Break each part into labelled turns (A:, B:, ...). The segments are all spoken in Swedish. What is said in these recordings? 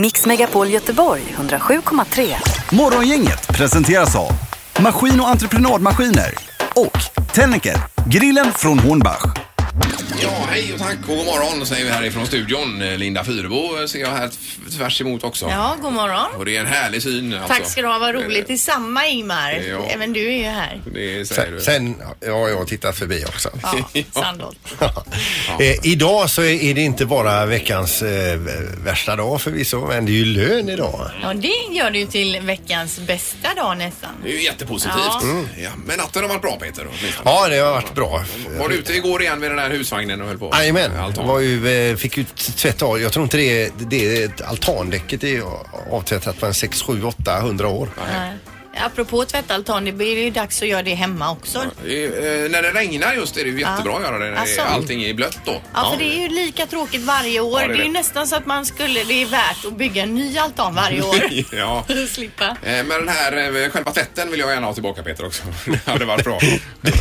A: Mix Megapol Göteborg 107,3.
B: Morgongänget presenteras av Maskin och entreprenadmaskiner och Tennicker, grillen från Hornbach.
C: Ja, hej och tack och god morgon säger vi härifrån studion. Eh, Linda Fyrebo ser jag här t- tvärs emot också.
D: Ja, god morgon.
C: Och det är en härlig syn. Alltså.
D: Tack ska du ha, vad roligt. Detsamma Ingmar.
C: Ja.
D: Även du är ju här.
C: Eh, Det säger
E: Sen,
C: du.
E: sen ja, jag tittar förbi också.
D: Ja, Sandholt.
E: Eh, idag så är det inte bara veckans eh, värsta dag förvisso, men det är ju lön idag.
D: Ja, det gör du ju till veckans bästa dag nästan.
C: Det är ju jättepositivt. Ja.
D: Ja. Mm.
C: men natten har varit bra Peter. åtminstone.
E: Ja, det har varit bra.
C: Var du ute igår igen med den där husvagnen och höll på?
E: Jajamän,
C: Altan.
E: var ju, eh, fick ju t- tvätta av. Jag tror inte det, det altandäcket är avtvättat på en 6, 7, 8, 100 år.
D: Nej. Apropå tvättaltan, det blir ju dags att göra det hemma också.
C: Det är, eh, När det regnar just är det ju jättebra att göra det. När
D: Alltså.
C: det- allting är blött då.
D: Ja, för det är ju lika tråkigt varje år.
C: Ja, det är
D: det, är ju
C: det.
D: nästan så att man skulle, det är värt att bygga en ny altan varje år.
C: Ja.
D: Slippa.
C: Eh, Men den här eh, själva tvätten vill jag gärna ha tillbaka Peter också. Det hade varit bra.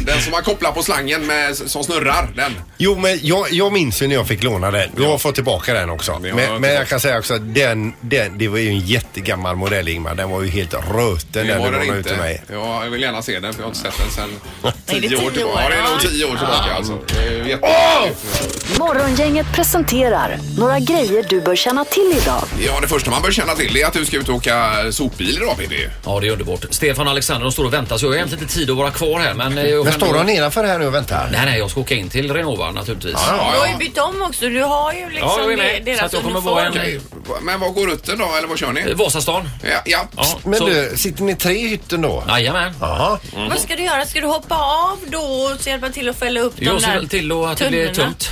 C: Den som man kopplar på slangen med, som snurrar, den.
E: Jo, men jag, jag minns ju när jag fick låna den. Jag har fått tillbaka den också.
C: Ja,
E: men, men
C: tillbaka.
E: jag kan säga också att den, den, det var ju en jättegammal modell Ingmar. Den var ju helt röten
C: Det
E: den
C: var
E: du
C: den
E: lånade ut till
C: inte.
E: mig.
C: Ja, jag vill gärna se den för jag har inte sett den sen
D: Nej, det är
C: tio år
D: tio
C: tillbaka.
D: år,
C: Ja, det är nog
D: ja.
C: tio år tillbaka alltså. Det är ju jätte-
A: Morgongänget presenterar några grejer du bör känna till idag.
C: Ja, det första man bör känna till är att du ska ut och åka sopbil idag Pippi.
F: Ja, det är underbart. Stefan och Alexander de står och väntar så jag har egentligen inte tid att vara kvar här. Men, eh, jag
E: Men
F: kan-
E: står han nedanför här nu och väntar?
F: Nej, nej, jag ska åka in till Renova naturligtvis.
D: Du
C: Ja,
D: har ju
C: ja.
D: bytt om också. Du har ju liksom
F: Ja, jag är
D: det-
F: med. Så
D: deras
F: att jag kommer vara
D: uniform.
C: Okej. Men vad går rutten då, eller vad kör
F: Eh,
C: ni?
F: Vasastan.
C: Ja, ja.
F: Ja,
E: Men
F: så-
E: du, sitter ni tre i hytten då?
F: Jajamän.
E: Jaha.
D: Vad ska du göra? Ska du hoppa av då och så hjälpa till att fälla upp de
F: Jag ser
D: där
F: väl till att det blir
D: tunnorna?
F: tungt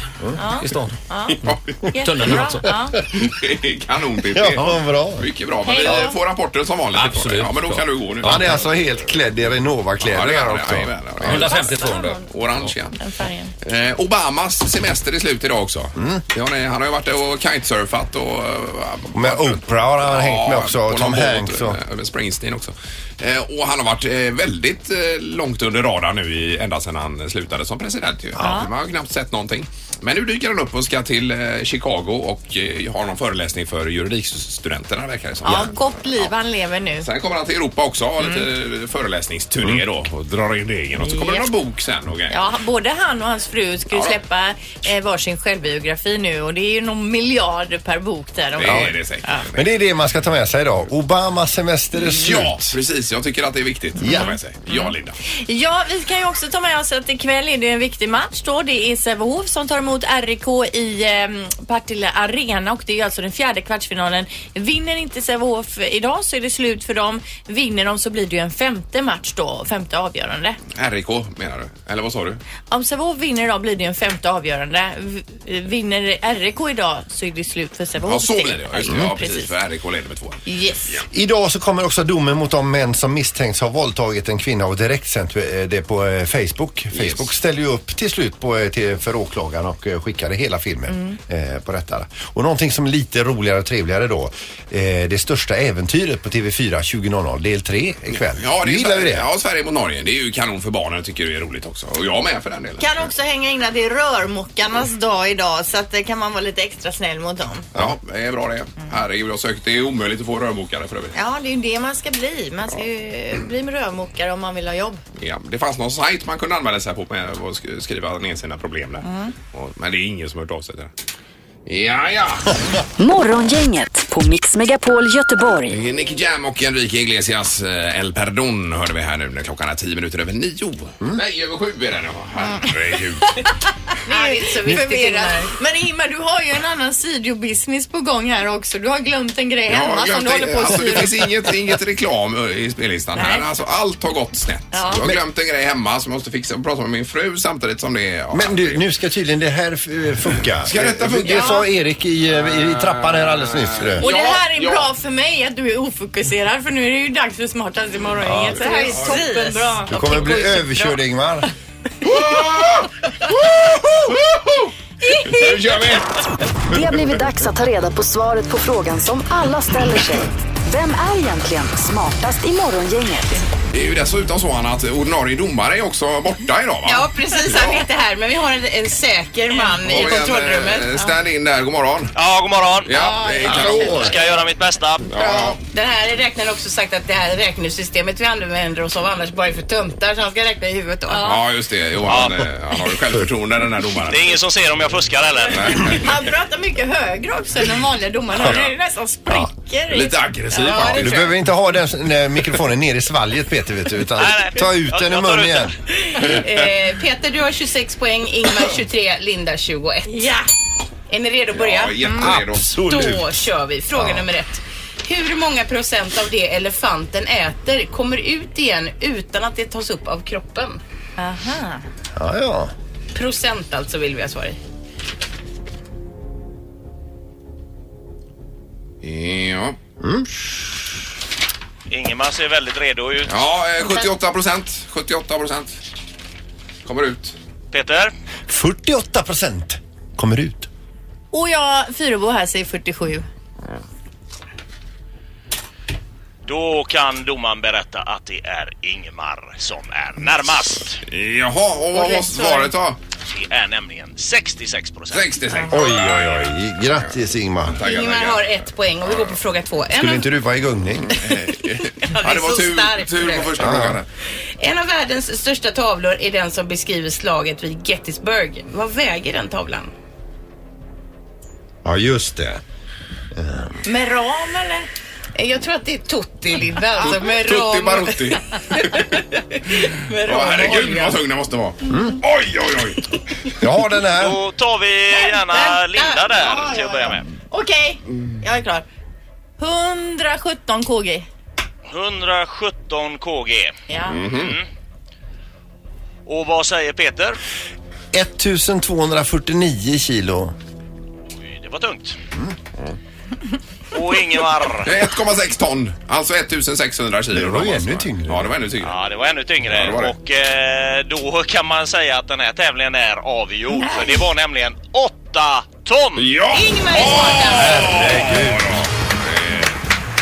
F: i stan. Mm. tunnorna
D: Jättebra.
F: alltså.
D: Ja.
C: Det är Kanon Pippi.
E: Ja, vad bra.
C: Mycket bra. Men
D: Hej då.
C: vi får rapporter som vanligt.
F: Absolut.
C: Ja, men då kan du gå nu.
E: Han är alltså helt klädd i
C: Ja,
E: Renova-kläder
C: det är
E: här
C: han.
E: också.
C: Jajamän, ja, det är han.
F: 150-200.
C: Orange igen.
D: Den färgen.
C: Eh, Obamas semester är slut idag också. Ja, nej, han har ju varit och kitesurfat och... eh,
E: Med Oprah har han hängt med också.
C: på
E: Och Tom
C: någon båt,
E: Hanks och...
C: eh, med Springsteen också. Eh, och han har varit eh, väldigt eh, långt under radarn nu i, ända sedan han slutade som president. Ju. Man har ju knappt sett någonting. Men nu dyker han upp och ska till eh, Chicago och eh, har någon föreläsning för juridikstudenterna verkar det som.
D: Ja, gott liv han lever nu.
C: Sen kommer han till Europa också och har lite eh, föreläsningsturné då
E: Mm.
C: och drar in degen och så kommer det
D: Yes.
C: någon bok sen och grejer.
D: Ja, både han och hans fru ska ju
C: Ja.
D: släppa eh, varsin självbiografi nu och det är ju någon miljard per bok där.
C: Det är det säkert.
E: Men det är det man ska ta med sig idag. Obamas semester är
C: Ja,
E: slut.
C: precis. Jag tycker att det är viktigt. att
E: Ja.
C: ta med sig. Ja, Linda.
D: Ja, vi kan ju också ta med oss att ikväll är det en viktig match då. Det är Sävehof som tar emot RIK i eh, Partille Arena och det är alltså den fjärde kvartsfinalen. Vinner inte Sävehof idag så är det slut för dem. Vinner de så blir det ju en femte match då, femte avgörande.
C: RIK menar du? Eller vad sa du?
D: Om Sävehof vinner idag blir det ju en femte avgörande. V- Vinner RIK idag så är det slut för Sävehof.
C: Ja, så blir det. Ja, just det. Ja, precis.
D: precis.
C: För RIK leder med två.
D: Yes.
E: Idag så kommer också domen mot de män som misstänks ha våldtagit en kvinna och direktsänt eh, det på eh, Facebook. Facebook ställer ju upp till slut på, eh, till, för åklagaren och eh, skickade hela filmen
C: Mm.
E: eh, på detta. Och någonting som är lite roligare och trevligare då. Eh, det största äventyret på TV4 20.00 del 3 ikväll.
C: Ja, det är
E: Gillar vi
C: Sverige.
E: det?
C: Ja, Sverige mot Norge. Det är ju kanon för barnen. tycker det är roligt också. Och jag med för den delen.
D: Kan också hänga in att det är rörmokarnas dag idag så att det kan man vara lite extra snäll mot dem.
C: Ja, det är bra det. Herregud, jag sökte. Det är omöjligt att få rörmokare för övrigt.
D: Ja, det är ju det man ska bli. Man ska ju bli med rörmokare om man vill ha jobb.
C: Ja, det fanns någon sajt man kunde använda sig på med att sk- skriva ner sina problem där. Och, men det är ingen som har hört av sig där. Ja, ja.
A: Morgongänget på Mix Megapol Göteborg.
C: Nicky Jam och Enrique Iglesias eh, El Perdon hörde vi här nu när klockan är tio minuter över nio. Nej, över sju är det nu. Herregud.
D: Det är inte så Men Ingmar, du har ju en annan sidobusiness på gång här också. Du har glömt en grej hemma
C: jag
D: som du
C: glömde-
D: håller på att
C: alltså, det
D: styra.
C: finns inget, inget reklam i spellistan här.
D: Nej.
C: Alltså, allt har gått snett.
D: Ja.
C: Jag har glömt en grej hemma som jag måste fixa och prata med min fru samtidigt som det är... Ja,
E: Men du, nu ska tydligen det här eh, funka.
C: Ska detta funka?
E: Det sa Erik i, eh, i trappan här alldeles nyss. du.
D: Och det här är
C: Ja, ja.
D: bra för mig att du är ofokuserad för nu är det ju dags för smartast i morgongänget. Det här är toppenbra.
E: Du kommer att bli överkörd Ingmar.
C: Nu kör vi!
A: Det har blivit dags att ta reda på svaret på frågan som alla ställer sig. Vem är egentligen smartast i morgongänget?
C: Det är ju dessutom så Anna, att ordinarie domare är också borta idag va?
G: Ja, precis. Han är inte här, men vi har en, en säker man i
C: Och en, eh,
G: kontrollrummet. Ja.
C: Stand in där, god morgon.
F: Ja, god morgon.
C: Ja, det är kanon.
F: Ska jag göra mitt bästa.
C: Ja,
G: Den här räknaren har också sagt att det här räknesystemet vi använder oss av annars bara är för töntar, så han ska räkna i huvudet då.
C: ja, just det. Jo, han, eh, han har ju självförtroende den här domaren.
F: Det är ingen som ser om jag fuskar eller?
D: Han pratar mycket högre också än de vanliga domarna. Det är nästan spricker. i-
C: Lite aggressiv
G: Ja,
C: va?
G: det-
E: Du behöver inte ha den s- nej, mikrofonen ner i svalget Peter vet du, utan
F: Nej, nej.
E: ta ut
F: Jag-
E: den ur
F: jag tar
E: munnen
F: ut
E: igen.
G: Eh, Peter, du har 26 poäng, Ingmar 23, Linda 21.
D: Ja.
G: Är ni redo att börja?
C: Ja, jätteredo.
G: Då kör vi. Fråga nummer ett. Hur många procent av det elefanten äter kommer ut igen utan att det tas upp av kroppen?
D: Aha.
E: Ja, ja.
G: Procent alltså vill vi ha svar i.
C: Ja.
F: Ingemar ser väldigt redo ut.
C: Ja, eh, 78 procent. 78 procent. Kommer ut.
F: Peter?
E: 48 procent kommer ut.
D: Och jag, Fyrebo här, säger 47.
F: Då kan domaren berätta att det är Ingemar som är närmast.
C: Jaha, och vad var svaret då?
F: Det är nämligen 66 procent.
C: 66.
E: Oj, oj, oj. Grattis Ingmar.
C: Tackar,
G: Ingemar
C: tackar.
G: har ett poäng och vi går på fråga två. En
E: Skulle
G: av,
E: inte du vara i gungning?
C: Ja, det var
G: så
C: tur,
G: starkt
C: tur på
G: det.
C: första frågan. där.
G: en av världens största tavlor är den som beskriver slaget vid Gettysburg. Vad väger den tavlan?
E: Ja, just det.
D: Med ram eller?
G: Eh, Jag tror att det är Tutti, Linda. Alltså med
C: Tutti
G: ram,
C: Barutti.
G: med ram
C: Ja,
G: och
C: herregud
G: olja.
C: vad tung den måste vara.
E: Mm.
C: Oj, oj, oj.
E: Jag har den här.
F: Då tar vi gärna
G: vänta.
F: Linda där
G: Ja,
F: till att
G: ja, ja.
F: börja med.
D: Okej, jag är klar. 117 kg.
F: 117 kg.
D: Ja.
F: Och vad säger Peter?
E: 1249 kilo.
F: Oj, Det var tungt. Och Ingemar?
C: Det är 1,6 ton. Alltså 1600 kilo.
E: Det var ju
C: De alltså.
E: ännu tyngre.
C: Ja, det var ännu tyngre.
F: Ja, det var ännu tyngre.
C: Ja, det var det.
F: Och eh, då kan man säga att den här tävlingen är avgjord. För det var nämligen 8 ton!
C: Ja!
G: Ingemar är smartast.
C: Herregud.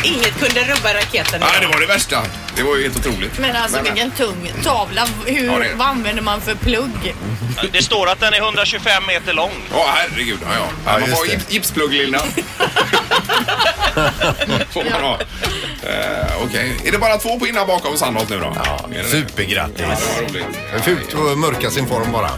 G: Inget kunde rubba raketen.
C: Nej, det var det värsta. Det var ju helt otroligt.
D: Men alltså vilken tung tavla. Hur,
C: Ja, det-
D: Vad använder man för plugg?
F: Det står att den är 125 meter lång.
C: Ja, herregud. Ja, ja.
E: Ja,
C: man
E: just
C: får
E: det.
C: gips, gipsplugg, Linda. får man ha. Eh, Okej. Är det bara två på innan bakom Sandholt nu då? Ja,
E: Supergrattis.
C: Vad roligt.
E: Det är Fult att mörka sin form bara.
C: Eh,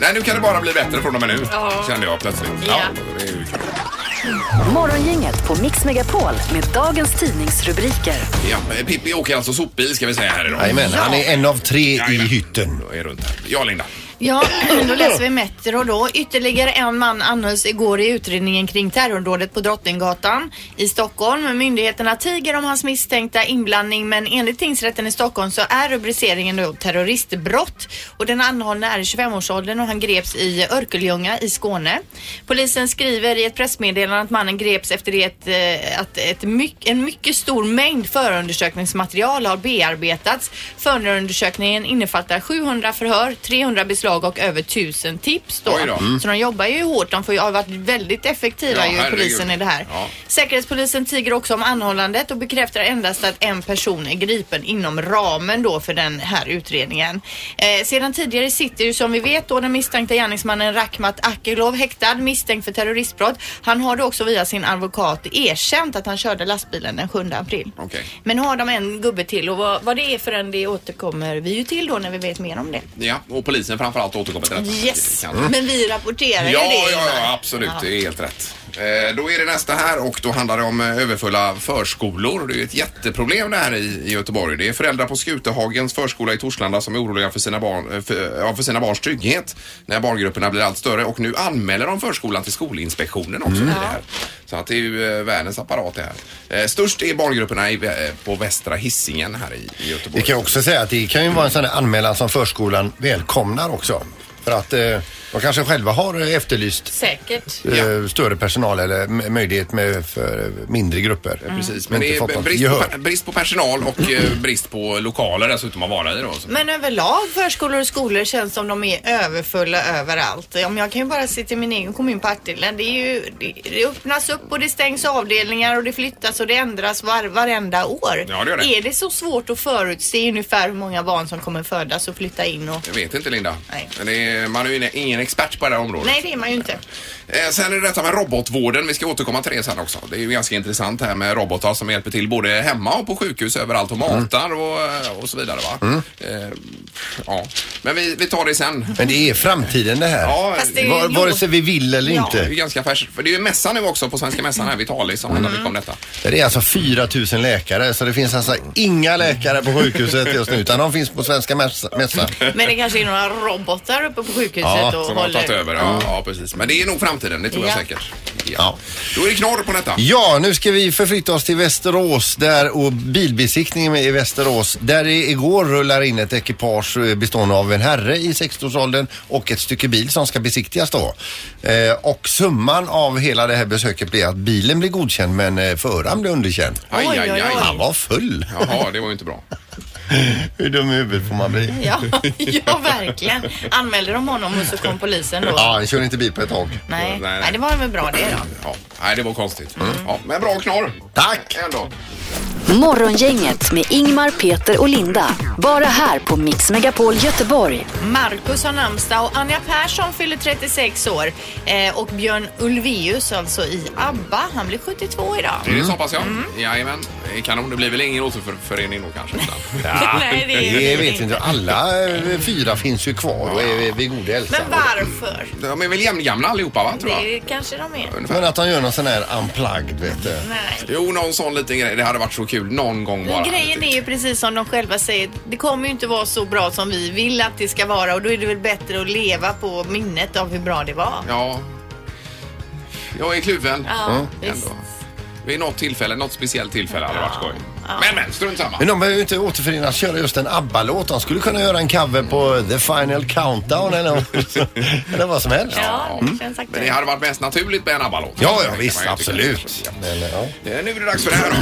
C: nej, nu kan det bara bli bättre från och med nu.
D: Ja.
C: Kände jag plötsligt.
D: Ja.
C: det är ju kul.
A: Morgongänget på Mix Megapol med dagens tidningsrubriker.
C: ja, eh, Pippi åker alltså sopbil ska vi säga här idag.
E: Jajamän, han är en av tre i hytten.
C: Och är runt här. Ja, Linda.
D: Ja, då läser vi Metro då. Ytterligare en man anhölls igår i utredningen kring terrordådet på Drottninggatan i Stockholm. Myndigheterna tiger om hans misstänkta inblandning men enligt tingsrätten i Stockholm så är rubriceringen då terroristbrott och den anhållne är i 25-årsåldern och han greps i Örkelljunga i Skåne. Polisen skriver i ett pressmeddelande att mannen greps efter det eh, att ett myck, en mycket stor mängd förundersökningsmaterial har bearbetats. Förundersökningen innefattar 700 förhör, 300 beslag och över 1000 tips. Då.
C: Oj då. Mm.
D: Så de jobbar ju hårt. De får ju, har varit väldigt effektiva
C: Ja,
D: ju,
C: herregud.
D: polisen i det här.
C: Ja.
D: Säkerhetspolisen tiger också om anhållandet och bekräftar endast att en person är gripen inom ramen då för den här utredningen. Eh, sedan tidigare sitter ju som vi vet då den misstänkta gärningsmannen Rakhmat Akilov häktad misstänkt för terroristbrott. Han har då också via sin advokat erkänt att han körde lastbilen den 7 april.
C: Okej.
D: Men nu har de en gubbe till och vad, vad det är för en det återkommer vi ju till då när vi vet mer om det.
C: Ja, och polisen framförallt återkommer till detta.
D: Yes!
C: Kan-
D: Men vi rapporterar ju
C: Ja,
D: det.
C: ja, ja,
D: Ingmar.
C: absolut.
D: Ja.
C: Det är helt rätt. Eh, Då är det nästa här och då handlar det om eh, överfulla förskolor. Det är ju ett jätteproblem det här i i Göteborg. Det är föräldrar på Skutehagens förskola i Torslanda som är oroliga för sina, barn, eh, för, ja, för sina barns trygghet när barngrupperna blir allt större och nu anmäler de förskolan till Skolinspektionen också. i
D: Mm.
C: Det här. Så att det är ju eh, världens apparat det här. Eh, Störst är barngrupperna i, eh, på Västra Hisingen här i i Göteborg.
E: Vi kan också säga att det kan ju vara en sån där anmälan som förskolan välkomnar också. För att eh, De kanske själva har efterlyst
H: Säkert.
E: eh, större personal eller m- möjlighet med för mindre grupper.
C: Precis, men det
E: Inte
C: är
E: fått något
C: brist
E: gehör.
C: på, brist på personal och eh, brist på lokaler dessutom att vara i då. Så.
D: Men överlag förskolor och skolor känns som de är överfulla överallt. Om jag kan ju bara se till min egen kommun Partille. Det, är ju, det, det öppnas upp och det stängs avdelningar och det flyttas och det ändras var, varenda år.
C: Ja, det gör det.
D: Är det så svårt att förutse ungefär hur många barn som kommer födas och flytta in? Och...
C: Jag vet inte Linda.
D: Nej.
C: Men det är, man är ju ingen expert på det här området.
D: Nej, det är man ju inte.
C: Eh, Sen är det detta med robotvården. Vi ska återkomma till det sen också. Det är ju ganska intressant här med robotar som hjälper till både hemma och på sjukhus överallt och matar och, och så vidare. Va?
E: Mm.
C: Eh, ja. Men vi, vi tar det sen.
E: Men det är framtiden det här.
C: Ja,
H: Fast det-
E: Var,
H: jo.
E: vare sig vi vill eller
C: det är ju
E: inte.
C: ganska färskt. För det är ju mässa nu också på Svenska Mässan här vid Talis som handlar mycket om detta.
D: Mm.
E: Det är alltså 4000 läkare så det finns alltså inga läkare på sjukhuset just nu utan de finns på Svenska mäss- Mässan.
D: Men det kanske är några robotar uppe på sjukhuset
E: Ja,
D: och
C: Som har
D: håller... Mm.
C: tagit över. Ja, ja, precis. Men det är nog framtiden, det tror jag
D: Ja.
C: säkert.
E: Ja.
C: Då är det knorr på detta.
E: Ja, nu ska vi förflytta oss till Västerås där och bilbesiktningen i Västerås där det igår rullar in ett ekipage eh, bestående av en herre i 60-årsåldern och ett stycke bil som ska besiktigas då. Eh, och summan av hela det här besöket blir att bilen blir godkänd men eh, föraren blir underkänd.
C: Aj, aj, aj.
E: Han var full.
C: Jaha, det var ju inte bra.
E: Hur dum i huvudet får man bli?
D: Ja, ja, verkligen. Anmälde de honom och så kom polisen då?
E: Ja, han kör inte bil på ett tag.
D: Nej.
C: Nej, nej.
D: Nej, det var väl bra det då.
C: Ja. Nej, det var konstigt. Ja, men bra knorr.
E: Mm. Tack.
C: Ändå.
A: Morgongänget med Ingmar, Peter och Linda. Bara här på Mix Megapol Göteborg.
D: Marcus har namnsdag och Anja Persson fyller 36 år. Eh, och Björn Ulvaeus alltså i ABBA, han blir 72 idag.
C: Är
E: Mm.
C: det så hoppas jag? Jajamän. Det är Kanon, det blir väl ingen återförening då kanske? utan-
D: Nej, det är
E: Det
D: det
E: vet inte. Alla eh, fyra finns ju kvar och är vid god hälsa.
D: Men varför?
C: De är väl jämngamla allihopa va, tror jag?
D: Det kanske de är.
E: Men att de gör någon sån här unplugged vet du.
D: Nej.
C: Jo, någon sån liten grej. Det hade varit så kul någon gång bara.
D: Men grejen är ju precis som de själva säger, det kommer ju inte vara så bra som vi vill att det ska vara och då är det väl bättre att leva på minnet av hur bra det var.
C: Ja. Jag är kluven.
D: Ja, visst.
C: Ändå. Vid något tillfälle, något speciellt tillfälle hade varit skoj. Men men, strunt samma.
E: Men de behöver ju inte återförenas köra just en ABBA-låt. De skulle kunna göra en cover på The Final Countdown eller, något. eller vad som helst.
D: Ja, det känns
C: Men det
D: aktuellt.
C: hade varit mest naturligt med en ABBA-låt.
E: Ja,
C: Det
E: ja
C: kan man
E: visst,
C: ju tycka.
E: absolut.
C: Ja.
E: Eller, ja.
C: Eh, Nu är det dags för det här då.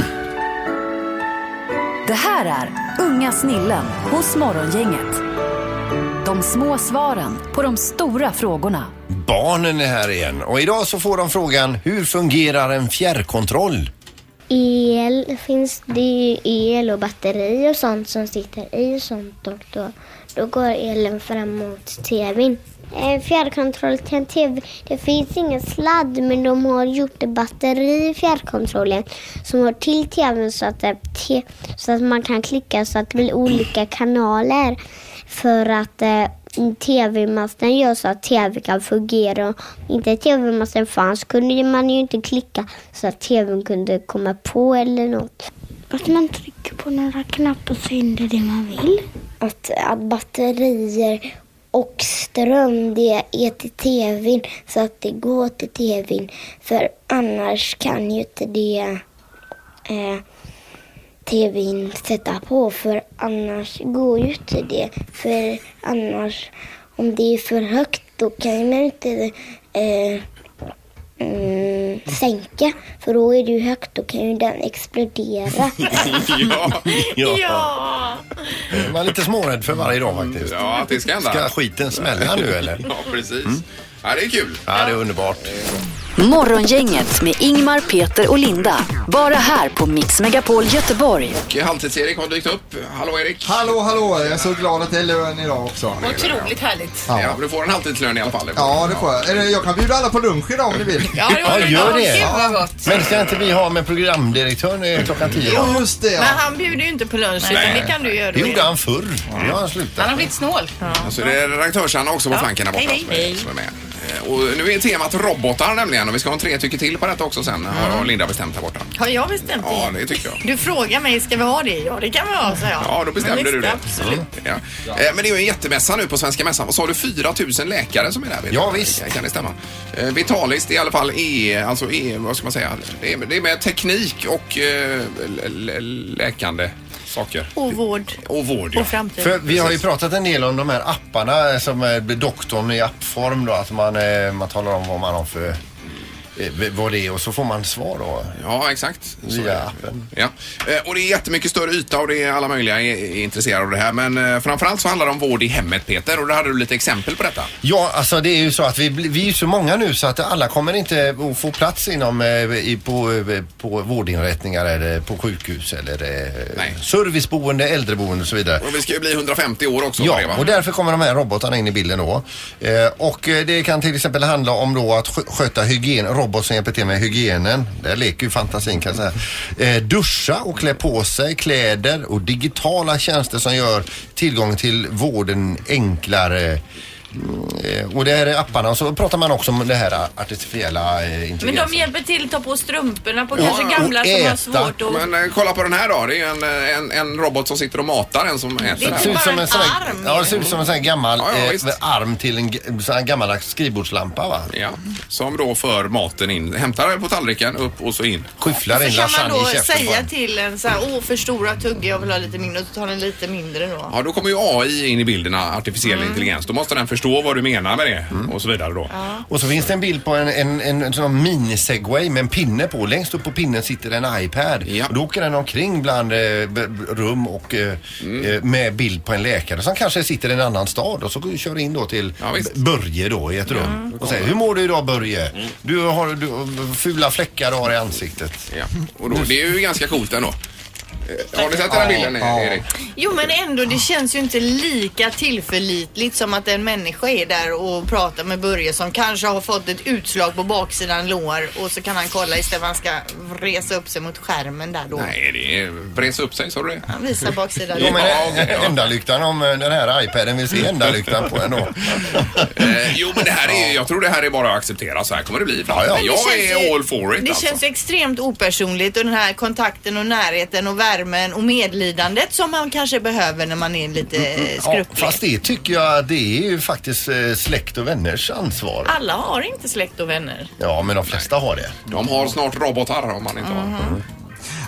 A: Det här är Unga snillen hos Morgongänget. De små svaren på de stora frågorna.
E: Barnen är här igen och idag så får de frågan hur fungerar en fjärrkontroll?
I: El finns det ju el och batteri och sånt som sitter i och sånt och då, då går elen fram mot tvn. En fjärrkontroll till en tv, det finns ingen sladd men de har gjort ett batteri i fjärrkontrollen som hör till tvn så att, det- te, så att man kan klicka så att det blir olika kanaler för att eh, tv-masten gör så att tv kan fungera. Om inte tv-masten fanns kunde man ju inte klicka så att tvn kunde komma på eller något. Att man trycker på några knappar så händer det man vill. Att, att batterier och ström det är till tvn så att det går till tvn. För annars kan ju inte det eh, tvn sätta på för annars går ju inte det. För annars, om det är för högt då kan man inte eh, mm, sänka för då är det ju högt då kan ju den explodera.
C: Ja,
D: Ja,
E: Man är lite smårädd för varje dag faktiskt.
C: ja att det ska hända.
E: Ska skiten smälla nu eller?
C: Ja, precis.
J: Mm.
C: Ja, det är kul.
E: Ja, det är underbart.
A: Morgongänget med Ingmar, Peter och Linda. Bara här på Mix Megapol Göteborg.
C: Och Halvtids-Erik har dykt upp. Hallå Erik!
J: Hallå, hallå! Jag är så glad att det är lön idag också.
G: Otroligt härligt.
C: Ja. du får en halvtidslön i alla fall.
J: Ja, det får jag. Eller jag kan bjuda alla på lunch idag om ni vill.
G: Ja, det var
E: Ja, gör det.
G: Gud vad gott.
E: Men ska inte vi ha med programdirektören eh, klockan tio?
J: Ja, just det.
D: men
J: Ja.
D: han bjuder ju inte på lunch utan det kan du göra.
E: Det gjorde han förr. Nu har han
G: Han
E: slutat.
G: har blivit snål.
C: Och Så Alltså, det är redaktörs-Anna också på flanken där borta.
D: Hej,
C: som är-
D: hej.
C: som är med. Eh, Och nu är temat robotar nämligen och vi ska ha en tre tycker till på detta också sen har Linda bestämt här borta.
D: Har jag bestämt det?
C: Ja, det tycker jag.
D: Du frågar mig, ska vi ha det? Ja, det kan vi ha, sa jag.
C: Ja, då bestämde
D: Men
C: du det.
D: visst, Absolut.
C: Ja. Eh, Men det är ju en jättemässa nu på Svenska Mässan. Vad sa du, 4 000 läkare som är där? vet
E: Ja,
C: jag.
E: visst.
C: Kan det stämma? Eh, Vitalis, det är i alla fall E, alltså E, vad ska man säga? Det är, det är med teknik och eh, l- l- läkande. saker.
H: Och vård.
C: Och vård, ja.
H: Och framtid.
E: För vi har ju pratat en del om de här apparna eh, som är doktorn i appform då. Att man, eh, man talar om vad man har för eh, vad det är och så får man svar då.
C: Ja, exakt. Så är
E: Via
C: det.
E: appen.
C: Ja. Eh, Och det är jättemycket större yta och det är alla möjliga är är intresserade av det här. Men eh, framförallt så handlar det om vård i hemmet Peter och där hade du lite exempel på detta.
E: Ja, alltså det är ju så att vi, bli- vi är ju så många nu så att alla kommer inte att få plats inom eh, i, på, eh, på vårdinrättningar eller på sjukhus eller eh, serviceboende, äldreboende och så vidare.
C: Och vi ska ju bli 150 år också.
E: Ja,
C: på det, va?
E: och därför kommer de här robotarna in i bilden då. Eh, och eh, det kan till exempel handla om då att skö- sköta hygien, robot som hjälper till med hygienen. Där leker ju fantasin kan jag säga. Eh, duscha och klä på sig kläder och digitala tjänster som gör tillgång till vården enklare. Mm, eh, Och det här är apparna och så pratar man också om det här artificiella eh,
H: Men de
E: intelligensen.
H: hjälper till att ta på strumporna på
E: Ja,
H: kanske gamla
E: och
H: som har
E: äta.
H: svårt att...
C: Men eh, kolla på den här då. Det är ju en, eh, en, en robot som sitter och matar en som äter.
E: Det ser ut som en sån här, ja, det ser ut som en sån här gammal
C: Ja, ja,
E: eh,
C: visst.
E: arm till en g- sån här gammaldags skrivbordslampa va?
C: Ja, som då för maten in. Hämtar den på tallriken, upp och så in.
E: Skyfflar
D: Så kan man då säga till en så här, åh för stora tugga, jag vill ha lite mindre och så tar den lite mindre då.
C: Ja, då kommer ju AI in i bilderna, artificiell
D: Mm.
C: intelligens. Då måste den förstå vad du menar med det och så vidare då.
E: Och så finns det en bild på en, en, en, sån mini-segway med en pinne på. Längst upp på pinnen sitter en iPad. Och då åker den omkring bland eh, b- b- rum och eh,
C: Mm.
E: eh, med bild på en läkare som kanske sitter i en annan stad och så går- kör in då till
C: visst.
E: B- Börje då i ett rum och säger Hur mår du idag Börje?
C: Mm.
E: Du har du, fula fläckar du har i ansiktet.
C: Ja. Och då, det är ju ganska coolt ändå. Eh, Har ni sett den här
E: Ja,
C: bilden eh,
E: ja.
C: Erik?
D: Jo men ändå, det känns ju inte lika tillförlitligt som att en människa är där och pratar med Börje som kanske har fått ett utslag på baksidan lår och så kan han kolla istället för att han ska resa upp sig mot skärmen där då.
C: Nej, det är... Bres upp sig, sa du det?
D: Han visar baksidan.
E: Jo, men
C: Ja, okej, ja.
E: ändalyktan om eh, den här iPaden vill se ändalyktan på en då.
C: Eh, jo, men det här är, jag tror det här är bara att acceptera. Så här kommer det bli. Ja,
D: Men det
C: Jag
D: känns ju-
C: är all for it
D: Det
C: alltså.
D: känns ju extremt opersonligt och den här kontakten och närheten och värmen och medlidandet som man kanske behöver när man är lite
G: Mm,
D: eh,
E: Ja,
D: skruplig.
E: fast det tycker jag det är ju faktiskt eh, släkt och vänners ansvar.
H: Alla har inte släkt och vänner.
E: Ja, men de flesta har det.
C: De har snart robotar om man inte har.
D: Mhm.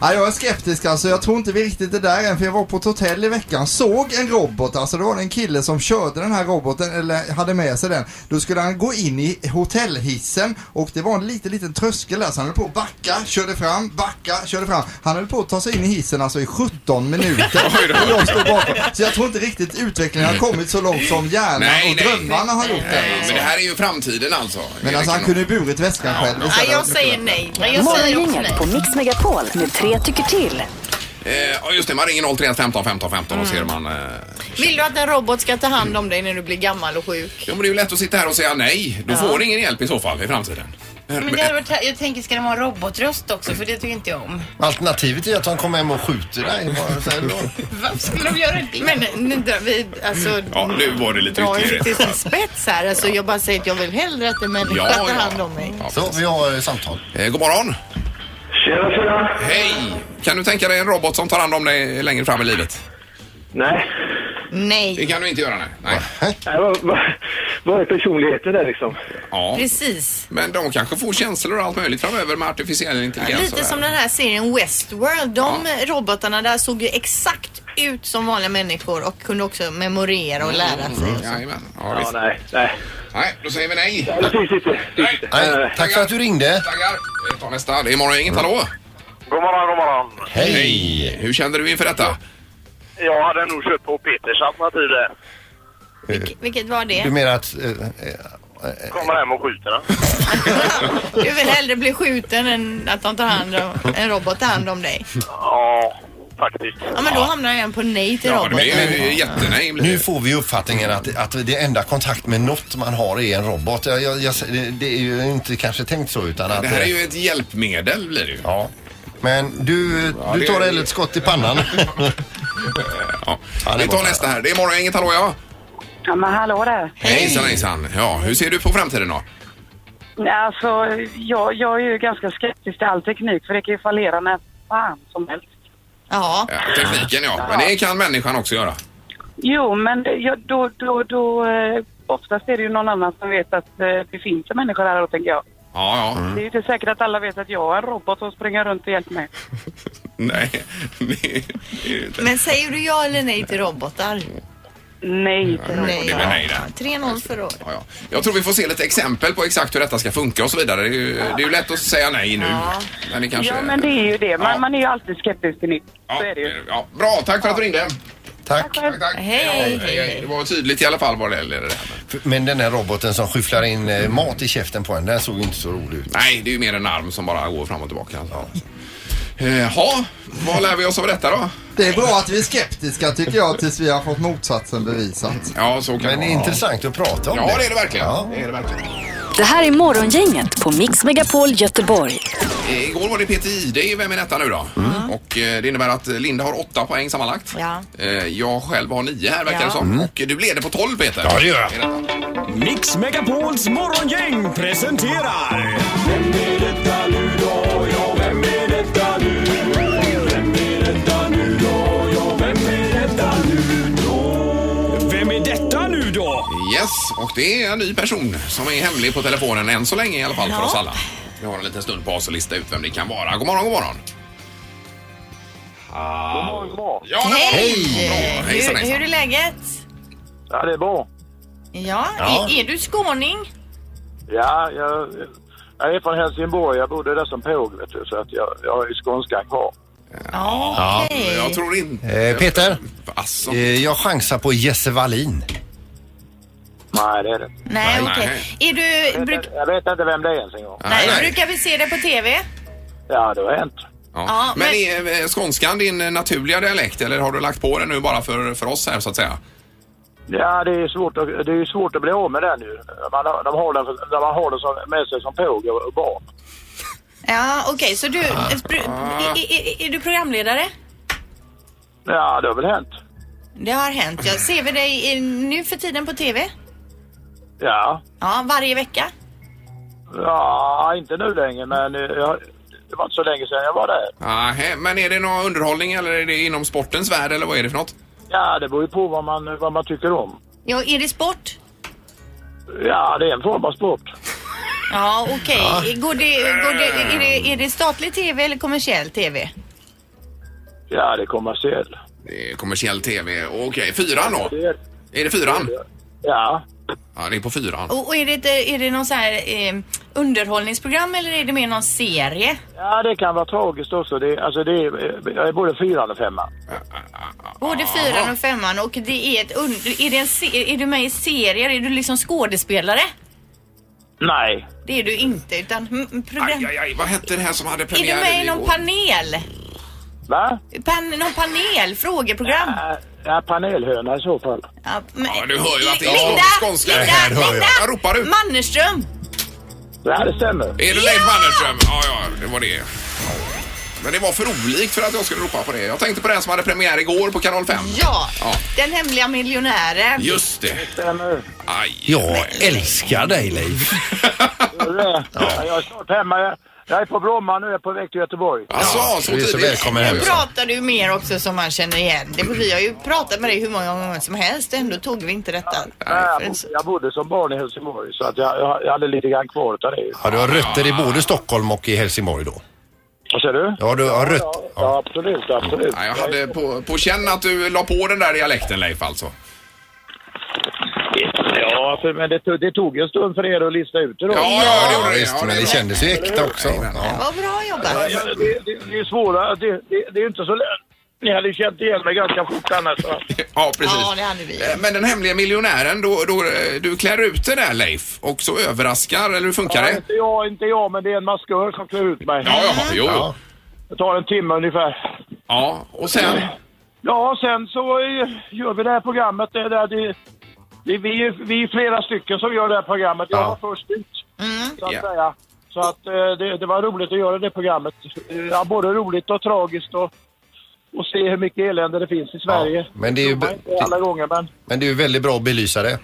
J: Ja, jag är skeptisk alltså. Jag tror inte vi riktigt är där än för jag var på ett hotell i veckan. Såg en robot, alltså det var en kille som körde den här roboten eller hade med sig den. Då skulle han gå in i hotellhissen och det var en liten, liten tröskel där så han höll på att backa, körde fram, backa, körde fram. Han höll på att ta sig in i hissen alltså i 17 minuter.
C: Oj då.
J: Och jag stod bakom. Så jag tror inte riktigt utvecklingen har kommit så långt som hjärnan
C: Nej,
J: och
C: nej.
J: drömmarna har gjort
C: Nej,
J: det. Alltså.
C: Men det här är ju framtiden alltså.
J: Men alltså han kunde ju burit väskan själv
D: Nej,
J: istället.
D: jag säger nej. Nej, Jag säger också nej.
A: Morgongänget på Mix Megapol med tre tycker till.
C: Eh, ja, just det, man ringer 031 15 15 15 och ser
J: Mm.
C: man... Eh...
D: Vill du att en robot ska ta hand om dig när du blir gammal och sjuk?
C: Ja, men det är ju lätt att sitta här och säga nej. Då
D: Ja.
C: får ni ingen hjälp i så fall i framtiden.
G: Men det hade varit, jag tänker, ska det vara en robotröst också? För det tycker inte jag om.
E: Alternativet är att de kommer hem och skjuter dig. Bara så här då.
G: Varför skulle de göra det?
D: Men nu drar vi, alltså,
C: Ja, nu var det lite
D: drar ju
C: ytterligare.
D: till sin spets här. Alltså, jag bara säger att jag vill hellre att en människa
C: Ja,
D: tar
C: ja.
D: hand om mig.
E: Så, vi har eh, samtal.
C: Eh, god morgon!
K: Tjena, tjena.
C: Hej! Kan du tänka dig en robot som tar hand om dig längre fram i livet?
K: Nej.
D: Nej.
C: Det kan du inte göra, nej. nej.
K: Nej, vad, vad, vad är personligheten där liksom?
C: Ja.
D: Precis.
C: Men de kanske får känslor och allt möjligt framöver med artificiell intelligens. och
D: Lite
C: det här.
D: som den här serien Westworld. De robotarna där såg ju exakt ut som vanliga människor och kunde också memorera och lära sig. och så.
C: Jajamän. Ja,
K: Ja,
C: visst.
K: nej, nej.
C: Nej, då säger vi nej.
K: Ja, Det finns inte. Det finns inte.
E: Nej,
C: Eh,
E: tack för att du ringde.
C: Taggar. Vi tar nästa. Det är morgon, inget hallå?
K: God morgon, god morgon.
E: Hej!
C: Hur kände du inför detta?
K: Jag hade nog kört på Peters alternativ där.
C: Mm.
D: Vilket var
E: Du
D: det?
E: menar att... eh, eh,
K: Kommer hem och skjuter den.
D: Du vill hellre bli skjuten än att de tar hand om, en robot tar hand om dig.
K: Ja, faktiskt.
D: Ja men då hamnar jag igen på nej till
C: Ja,
D: robot.
C: det är ju jättenej. blir det.
E: Nu får vi uppfattningen att, att det enda kontakt med något man har är en robot. Jag, jag, jag, det- det är ju inte kanske tänkt så utan att...
C: Det här är
E: eh,
C: ju ett hjälpmedel blir det ju.
E: Ja. Men du,
C: Ja,
E: du
C: det-
E: tar hellre ett skott i pannan.
C: Ja.
E: det är
C: Vi tar
E: borta.
C: nästa här. Det är morgon, inget hallå ja.
L: Ja, men hallå där.
C: Hejsan hejsan. Ja, hur ser du på framtiden då?
L: Alltså, jag, jag är ju ganska skeptisk till all teknik för det kan ju fallera när fan som helst.
D: Ja.
C: Ja, tekniken ja. Men det kan människan också göra.
L: Jo, men det- ja,
K: Mm.
L: då, då, då, eh, oftast är det ju någon annan som vet att eh, det finns en människa där då tänker jag.
C: Ja, ja.
L: Det är ju inte säkert att alla vet att jag är en robot som springer runt och hjälper mig.
C: Nej, nej, det är det inte.
M: Men säger du ja eller nej till robotar?
L: Nej
C: till robotar. Det är väl nej där.
M: 3-0 förra året.
C: Jag tror vi får se lite exempel på exakt hur detta ska funka och så vidare. Det är ju, det är ju lätt att säga nej nu. Men det kanske...
L: Ja, men det är ju det. Man, man är ju alltid skeptisk till nytt.
C: Ja, ja, bra, tack för att du ringde.
E: Tack.
C: tack, tack.
M: Hej.
C: Ja, hej, hej. det var tydligt i alla fall vad det gäller det här.
E: Men den här roboten som skyfflar in eh, mat i käften på en, den såg ju inte så rolig ut.
C: Nej, det är ju mer en arm som bara går fram och tillbaka. Jaha, vad lär vi oss av detta då?
J: Det är bra att vi är skeptiska tycker jag tills vi har fått motsatsen bevisat.
C: Ja, så
E: Men det är intressant att prata om
J: Ja,
E: det.
J: det är det
C: verkligen.
E: Ja.
C: Det är det verkligen.
A: Det här är Morgongänget på Mix Megapol Göteborg.
C: Eh, Igår var det Peter Jihde i Vem är detta nu då?
F: Mm.
C: Och eh, det innebär att Linda har åtta poäng sammanlagt.
M: Ja.
C: Eh, Jag själv har nio här verkar
M: Ja.
C: det som.
F: Mm.
C: Och du leder på tolv Peter.
F: Ja, det gör jag.
C: I detta.
F: Mix Megapols morgongäng presenterar Vem är detta nu då? Ja, vem är detta nu? Vem är detta nu då? Ja, vem är detta nu då? Vem är detta nu då?
C: Yes, och det är en ny person som är hemlig på telefonen än så länge i alla fall för oss alla. Vi har en liten stund på oss att lista ut vem det kan vara. God morgon, god morgon. Hallå. Ja, det var det. Bra. Hejsan,
D: Hur,
C: hejsan.
D: hur är läget?
K: Ja, det är bra.
D: Ja,
K: Ja.
D: Är, är du skåning?
K: Ja, jag, jag är från Helsingborg. Jag bodde där som påg, vet du, så att jag, jag har ju skånskan kvar.
E: Ja.
C: Jag tror inte...
E: Eh, Peter?
C: Alltså.
E: Eh, jag chansar på Jesse Wallin.
K: Nej, det är det inte.
D: Nej,
E: Nej,
D: okej. Är du... Bruk,
K: Jag vet inte vem det är ens en gång.
D: nej, brukar vi se dig på TV?
K: Ja, det har hänt.
C: Ja.
D: Ja,
C: men är eh, skånskan din eh, naturliga dialekt eller har du lagt på den nu bara för, för oss här så att säga?
K: Ja, det är ju svårt, att- det är ju svårt att bli av med den ju. Man, har- de har den, för- man har den som, med sig som påg och och barn.
D: Ja, okej. så du...
C: Ah.
D: Bru, är, är, är du programledare?
K: Ja, det har väl hänt.
D: Det har hänt. Jag ser vi dig i, nu för tiden på TV?
K: Ja.
D: Ja, varje vecka.
K: Ja, inte nu längre, men eh, jag, det var inte så länge sedan jag var där.
C: Nähä, men är det någon underhållning eller är det inom sportens värld eller vad är det för något?
K: Ja, det beror ju på vad man, vad man tycker om.
D: Ja, är det sport?
K: Ja, det är en form av sport.
D: Ja, okej. Går det, går det, är, det, är det statlig TV eller kommersiell TV?
K: Ja, det är kommersiell.
C: Det är kommersiell TV. Okej, fyran då? Är det fyran?
K: Ja.
C: Ja, det är på fyran.
D: Och, och är, det, ett, är det någon så här eh, underhållningsprogram eller är det mer någon serie?
K: Ja, det kan vara tragiskt också. Det, är- alltså, det är, jag är både fyran och femman.
D: Både
C: Ah.
D: fyran och femman och det är ett under, är, det en se, är du med i serier? Är du liksom skådespelare?
K: Nej.
D: Det är du inte utan mm, program...
C: Aj, aj, aj, vad hette det här som hade
D: Är
C: premiär
D: du med i någon
C: igår?
D: panel?
K: Va?
D: Pan, någon panel? Frågeprogram?
K: Ja, panelhöna i så fall.
D: Ja, men,
C: Ja, du hör ju att det är
D: Linda!
C: skånska.
D: Linda!
C: Här hör
D: Linda!
C: jag. Jag ropar ut.
D: Mannerström!
K: Ja, det stämmer.
C: Är det Leif Mannerström? Ja, ja, det var det. Men det var för olikt för att jag skulle ropa på det. Jag tänkte på den som hade premiär igår på Kanal 5.
D: Ja,
C: Ja.
D: den hemliga miljonären.
C: Just det. Aj.
E: Jag älskar dig Leif.
K: Ja. Jag är snart hemma. Jag- Jag är på Bromma nu. Jag är på väg till Göteborg.
C: Ja,
E: Du är så välkommen hem.
D: Nu pratar du mer också som man känner igen. Det, vi har ju pratat med dig hur många gånger som helst ändå tog vi inte detta.
K: Ja, jag, bodde, jag bodde som barn i Helsingborg så att jag, jag, jag hade lite grann kvar utav det.
E: Ja, du har rötter i både Stockholm och i Helsingborg då?
K: Vad säger du?
E: Ja, du har rötter.
K: Ja, absolut, absolut.
C: Ja, jag hade på, på känn att du la på den där dialekten Leif alltså.
K: Ja, för, men det, tog- det tog ju en stund för er att lista ut det då.
C: Ja, ja, det gjorde det. Ja,
E: men det kändes ju äkta också. Ja.
D: Vad bra jobbat.
K: Ja, men det, det, det är svåra, det, det, det är ju inte så lätt. Ni hade ju känt igen mig ganska fort annars. va?
C: Ja, precis.
D: Ja, det hade vi.
C: Eh, Men den hemliga miljonären, då, då, eh, du klär ut det där Leif och så överraskar, eller hur funkar
K: Ja,
C: det?
K: inte jag, inte jag, men det är en maskör som klär ut mig.
C: Ja, ja, jo.
E: Ja.
C: Ja.
K: Det tar en timme ungefär.
C: och sen?
K: Ja, sen så eh, gör vi det här programmet. Det, det, det, det, vi, är- vi är flera stycken som gör det här programmet. Jag var först ut, så att
C: Ja.
K: säga. Så att eh, det, det var roligt att göra det programmet. Eh, Ja, både roligt och tragiskt och, och se hur mycket elände det finns i Sverige.
E: Men det är ju,
K: Inte alla gånger, men
E: men det är ju väldigt bra att belysa det.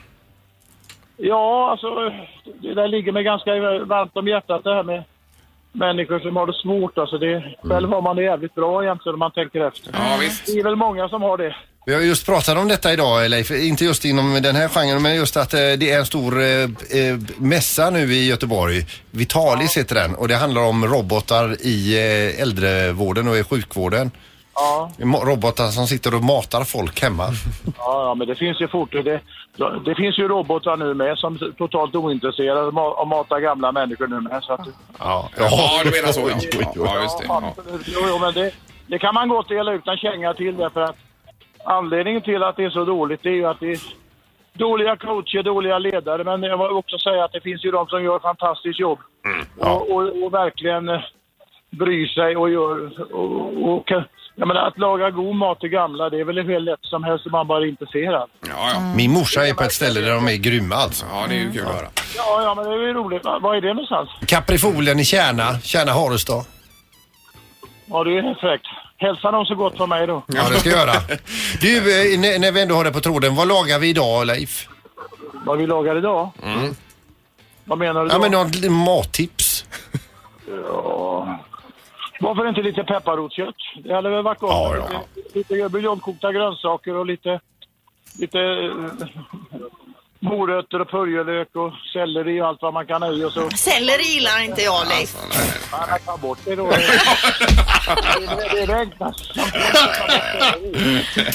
K: ja, alltså det där ligger mig ganska varmt om hjärtat det här med människor som har det
E: Mm.
K: svårt. Alltså det, Själv har man det jävligt bra egentligen om man tänker efter.
C: Ja, visst.
K: Det är väl många som har det.
E: Vi har just pratat om detta idag Leif, inte just inom den här genren men just att eh, det är en stor eh, eh, mässa nu i Göteborg. Vitalis heter den och det handlar om robotar i eh, äldrevården och i sjukvården.
K: Ja.
E: Mo- Robotar som sitter och matar folk hemma.
K: Ja, ja, men det finns ju fort. Det, det finns ju robotar nu med som är totalt ointresserade av ma- att mata gamla människor nu med. Så att,
E: Ja,
C: Ja, du menar så ja. Ja, just det. Ja.
K: jo, jo, men det, det kan man gott dela ut en känga till därför att anledningen till att det är så dåligt det är ju att det är dåliga coacher, dåliga ledare. Men jag vill också säga att det finns ju de som gör fantastiskt jobb och, och, och verkligen eh, bryr sig och gör... Och, och, jag menar, att laga god mat till gamla, det är väl hur lätt som helst om man bara är intresserad.
E: Min morsa är på ett ställe där de är grymma alltså.
C: Ja, det är ju kul att höra.
K: Ja, ja, men det är ju roligt. Va- Var är det någonstans?
E: Kaprifolen i Kärna, Kärna Harestad.
K: Ja, det är helt fräckt. Hälsa dem så gott från mig då.
E: Ja, det ska jag göra. Du, eh, när när vi ändå har det på tråden, vad lagar vi idag Leif?
K: Vad vi lagar idag? Vad menar du
E: Mm. Ja,
K: då?
E: men något li- mattips.
K: Ja. Varför inte lite pepparrotskött? Det hade väl varit gott. Lite, lite buljongkokta grönsaker och lite, lite eh, morötter och purjolök och selleri och allt vad man kan ha i. Och så...
D: Selleri gillar inte jag Leif.
K: Nej, ta bort det då. det är- det är vägg.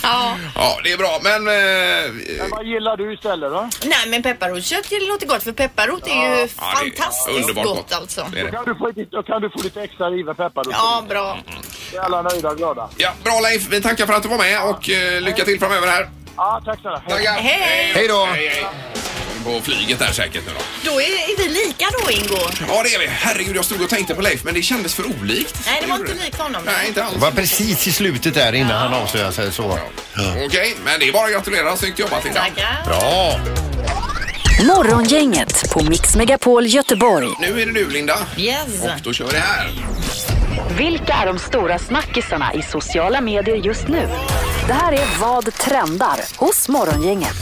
D: Ja.
C: Ja, det är bra, men... eh,
K: Men vad gillar du istället då?
D: Nej men pepparrotskött det låter gott för pepparrot är ju
C: Ja, det är
D: fantastiskt
C: underbart
D: gott,
C: gott.
D: alltså.
C: Det är
K: Då kan du få, lite- då kan du få lite extra riven pepparrot.
D: Ja, bra.
C: Mm.
K: Är alla nöjda och glada?
C: Ja, bra Leif, vi tackar för att du var med och eh, lycka till framöver här.
K: Ja, tack snälla.
C: Tackar.
D: Hej.
C: Hej då! Hej, hej. På flyget där säkert nu då.
D: Då är, är vi lika då Ingo.
C: Ja, det är vi. Herregud, jag stod och tänkte på Leif, men det kändes för olikt.
D: Nej det var inte likt honom.
C: Nej, inte alls.
E: Det var precis i slutet där innan han avslöjade sig så.
C: Okej, men det är bara att gratulera. Snyggt jobbat Linda.
D: Tackar.
E: Bra!
A: Morgongänget på Mix Megapol Göteborg.
C: Nu är det du Linda.
D: Yes.
C: Och då kör vi det här.
A: Vilka är de stora snackisarna i sociala medier just nu? Det här är Vad trendar hos Morgongänget.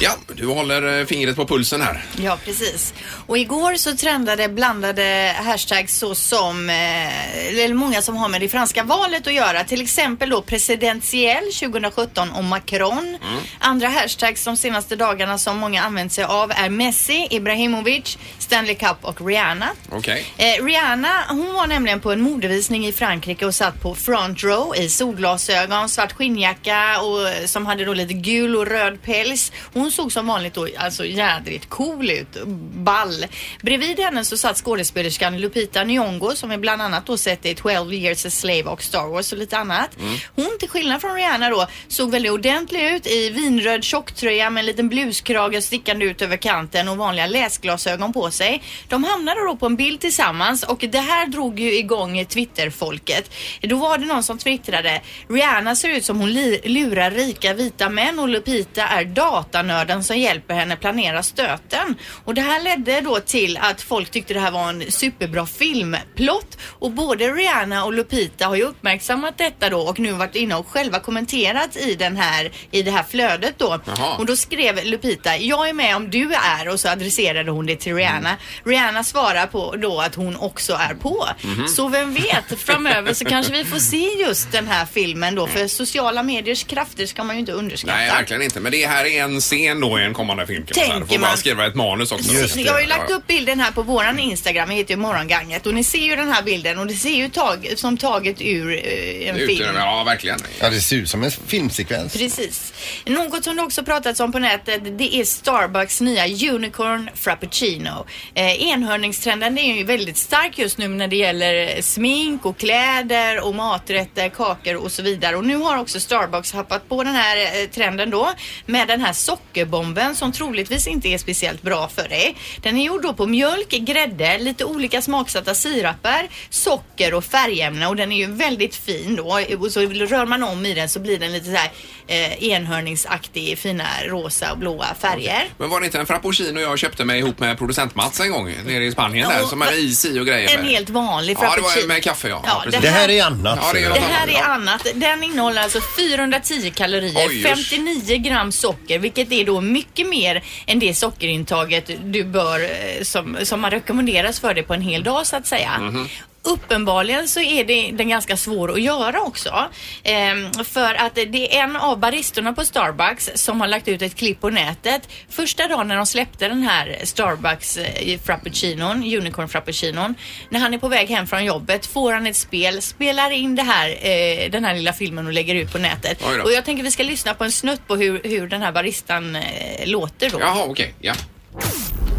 C: Ja, du håller eh, fingret på pulsen här.
D: Ja, precis. Och igår så trendade blandade hashtags såsom, eh, eller många som har med det franska valet att göra. Till exempel då presidentiell 2017 och Macron. Andra hashtags de senaste dagarna som många använt sig av är Messi, Ibrahimovic, Stanley Cup och Rihanna.
C: Okej.
D: Eh, Rihanna hon var nämligen på en modevisning i Frankrike och satt på front row i solglasögon, svart skinnjacka och, eh, som hade då lite gul och röd päls. Hon såg som vanligt då alltså jädrigt cool ut, ball. Bredvid henne så satt skådespelerskan Lupita Nyong'o som vi bland annat då sett i 12 years a slave och Star Wars och lite annat. Hon till skillnad från Rihanna då såg väldigt ordentlig ut i vinröd tjocktröja med en liten bluskrage stickande ut över kanten och vanliga läsglasögon på sig. De hamnade då på en bild tillsammans och det här drog ju igång Twitterfolket. Då var det någon som twittrade Rihanna ser ut som hon li- lurar rika vita män och Lupita är datanörden som hjälper henne planera stöten. Och det här ledde då till att folk tyckte det här var en superbra filmplott och både Rihanna och Lupita har ju uppmärksammat detta då och nu varit inne och själva kommenterat i den här i det här flödet då.
N: Jaha.
D: Och då skrev Lupita, jag är med om du är och så adresserade hon det till Rihanna.
C: Mm.
D: Rihanna svarar på då att hon också är på.
C: Mm-hmm.
N: Mhm.
D: Så vem vet, framöver så kanske vi får se just den här filmen då för sociala mediers krafter ska man ju inte underskatta.
C: Mm. Nej, verkligen inte. Men det här är en scen då i en kommande film. kan man säga. Du får
D: Tänker
C: bara
D: man.
C: skriva ett manus också.
D: Jag har ju lagt upp bilden här på våran Instagram, vi heter ju Morgonganget och ni ser ju den här bilden och det ser ju tag, som taget ur eh, en
C: Det är
D: film.
C: utrymme, Ja, verkligen.
E: Ja, det ser ut som en filmsekvens.
D: Precis. Något som det också pratats om på nätet det är Starbucks nya Unicorn Frappuccino. Eh, enhörningstrenden är ju väldigt stark just nu när det gäller smink och kläder och maträtter, kakor och så vidare. Och nu har också Starbucks happat på den här eh, trenden då med den här sockerbomben som troligtvis inte är speciellt bra för dig. Den är gjord då på mjölk, grädde, lite olika smaksatta siraper, socker och färgämne och den är ju väldigt fin då. Och så rör man om i den så blir den lite så här eh, enhörningsaktig i fina rosa och blåa färger.
C: Men var det inte en frappuccino jag köpte mig ihop med producent Mats en gång nere i Spanien där
D: och-
C: som hade is i och grejer?
D: En
C: med?
D: helt vanlig
C: Ja, det
D: frappuccino.
C: var med kaffe ja.
D: Ja,
C: precis.
D: det här- Det här är
E: annat.
C: Ja, det är
D: Det
C: något
D: här
C: annat.
D: är annat. Den innehåller alltså 410 kalorier,
C: Oj, usch.
D: 59 gram socker, vilket är då mycket mer än det sockerintaget du bör, eh, som, som man rekommenderas för dig på en hel dag så att säga.
C: Mhm.
D: uppenbarligen så är det, den ganska svår att göra också. Ehm, för att det är en av baristorna på Starbucks som har lagt ut ett klipp på nätet. Första dagen när de släppte den här Starbucks eh, frappuccinon, unicorn frappuccinon, när han är på väg hem från jobbet får han ett spel, spelar in det här, eh, den här lilla filmen och lägger ut på nätet.
C: Oj då.
D: Och jag tänker vi ska lyssna på en snutt på hur, hur den här baristan eh, låter då.
C: Jaha, okej. Ja.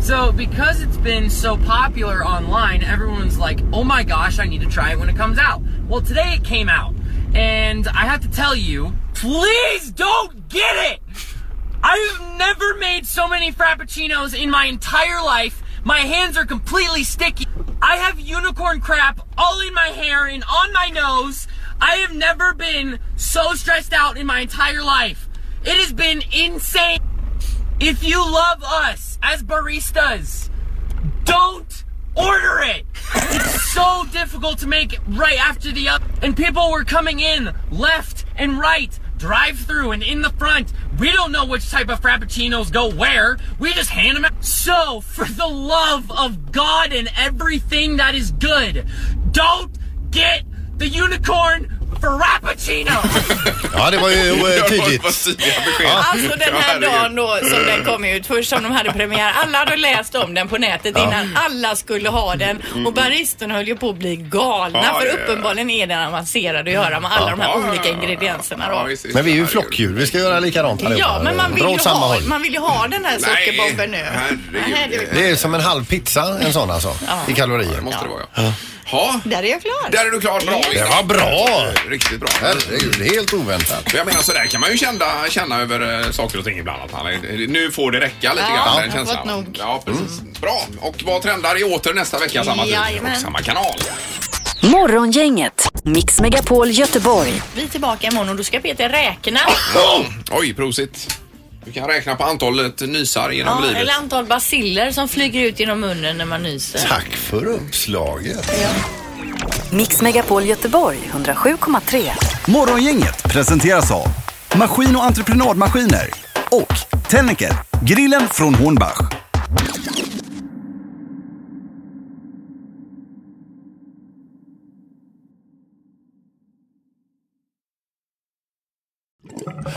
N: So, because it's been so popular online, everyone's like, oh my gosh, I need to try it when it comes out. Well, today it came out. And I have to tell you, please don't get it! I've never made so many frappuccinos in my entire life. My hands are completely sticky. I have unicorn crap all in my hair and on my nose. I have never been so stressed out in my entire life. It has been insane. If you love us as baristas, don't order it. It's so difficult to make right after the up. And people were coming in left and right, drive through and in the front. We don't know which type of frappuccinos go where. We just hand them out. So, for the love of God and everything that is good, don't get the unicorn frappuccino.
E: Ja, det var ju eh, tydligt.
D: Alltså den här dagen då som den kom ut först som de hade premiär. Alla hade läst om den på nätet
E: Ja. Mm.
D: innan. Alla skulle ha den och baristen höll ju på att bli galna
E: Ja,
D: för
E: ja, ja.
D: uppenbarligen är den avancerad att göra med alla de här olika ingredienserna då.
E: Men vi är ju flockdjur, vi ska göra likadant
D: Ja,
E: allihopa.
D: men man vill,
E: Dra
D: ju
E: åt samma
D: ha,
E: håll.
D: man vill ju ha den här sockerbomben nu. Nej, det-
E: Det är som en halv pizza, en sån alltså.
D: Ja.
E: I kalorier.
D: Ja, det måste det
C: vara,
E: ja.
C: Ja.
D: Där är jag klar.
C: Där är du klar. Bra.
E: Det var bra!
C: Riktigt bra.
E: Herregud, helt oväntat.
C: För Jag menar sådär kan man ju känna, känna över eh, saker och ting ibland. Att han, är- nu får det räcka lite
E: Ja,
C: grann.
E: jag
C: den
E: har
C: känslan.
E: fått nog.
C: Ja, precis. Bra. Och vad trendar är åter nästa vecka samma tid
D: Jajamän.
C: och samma kanal.
A: Morgongänget, Mix Megapol Göteborg.
D: Vi är tillbaka imorgon och då ska Peter räkna.
C: Oj, prosit. Du kan räkna på antalet nysar genom
D: Ja,
C: livet.
D: eller antal basiller som flyger ut genom munnen när man nyser.
E: Tack för uppslaget.
A: Mix Megapol Göteborg 107,3.
B: Morgongänget presenteras av Maskin och entreprenadmaskiner och Tennicker, grillen från Hornbach.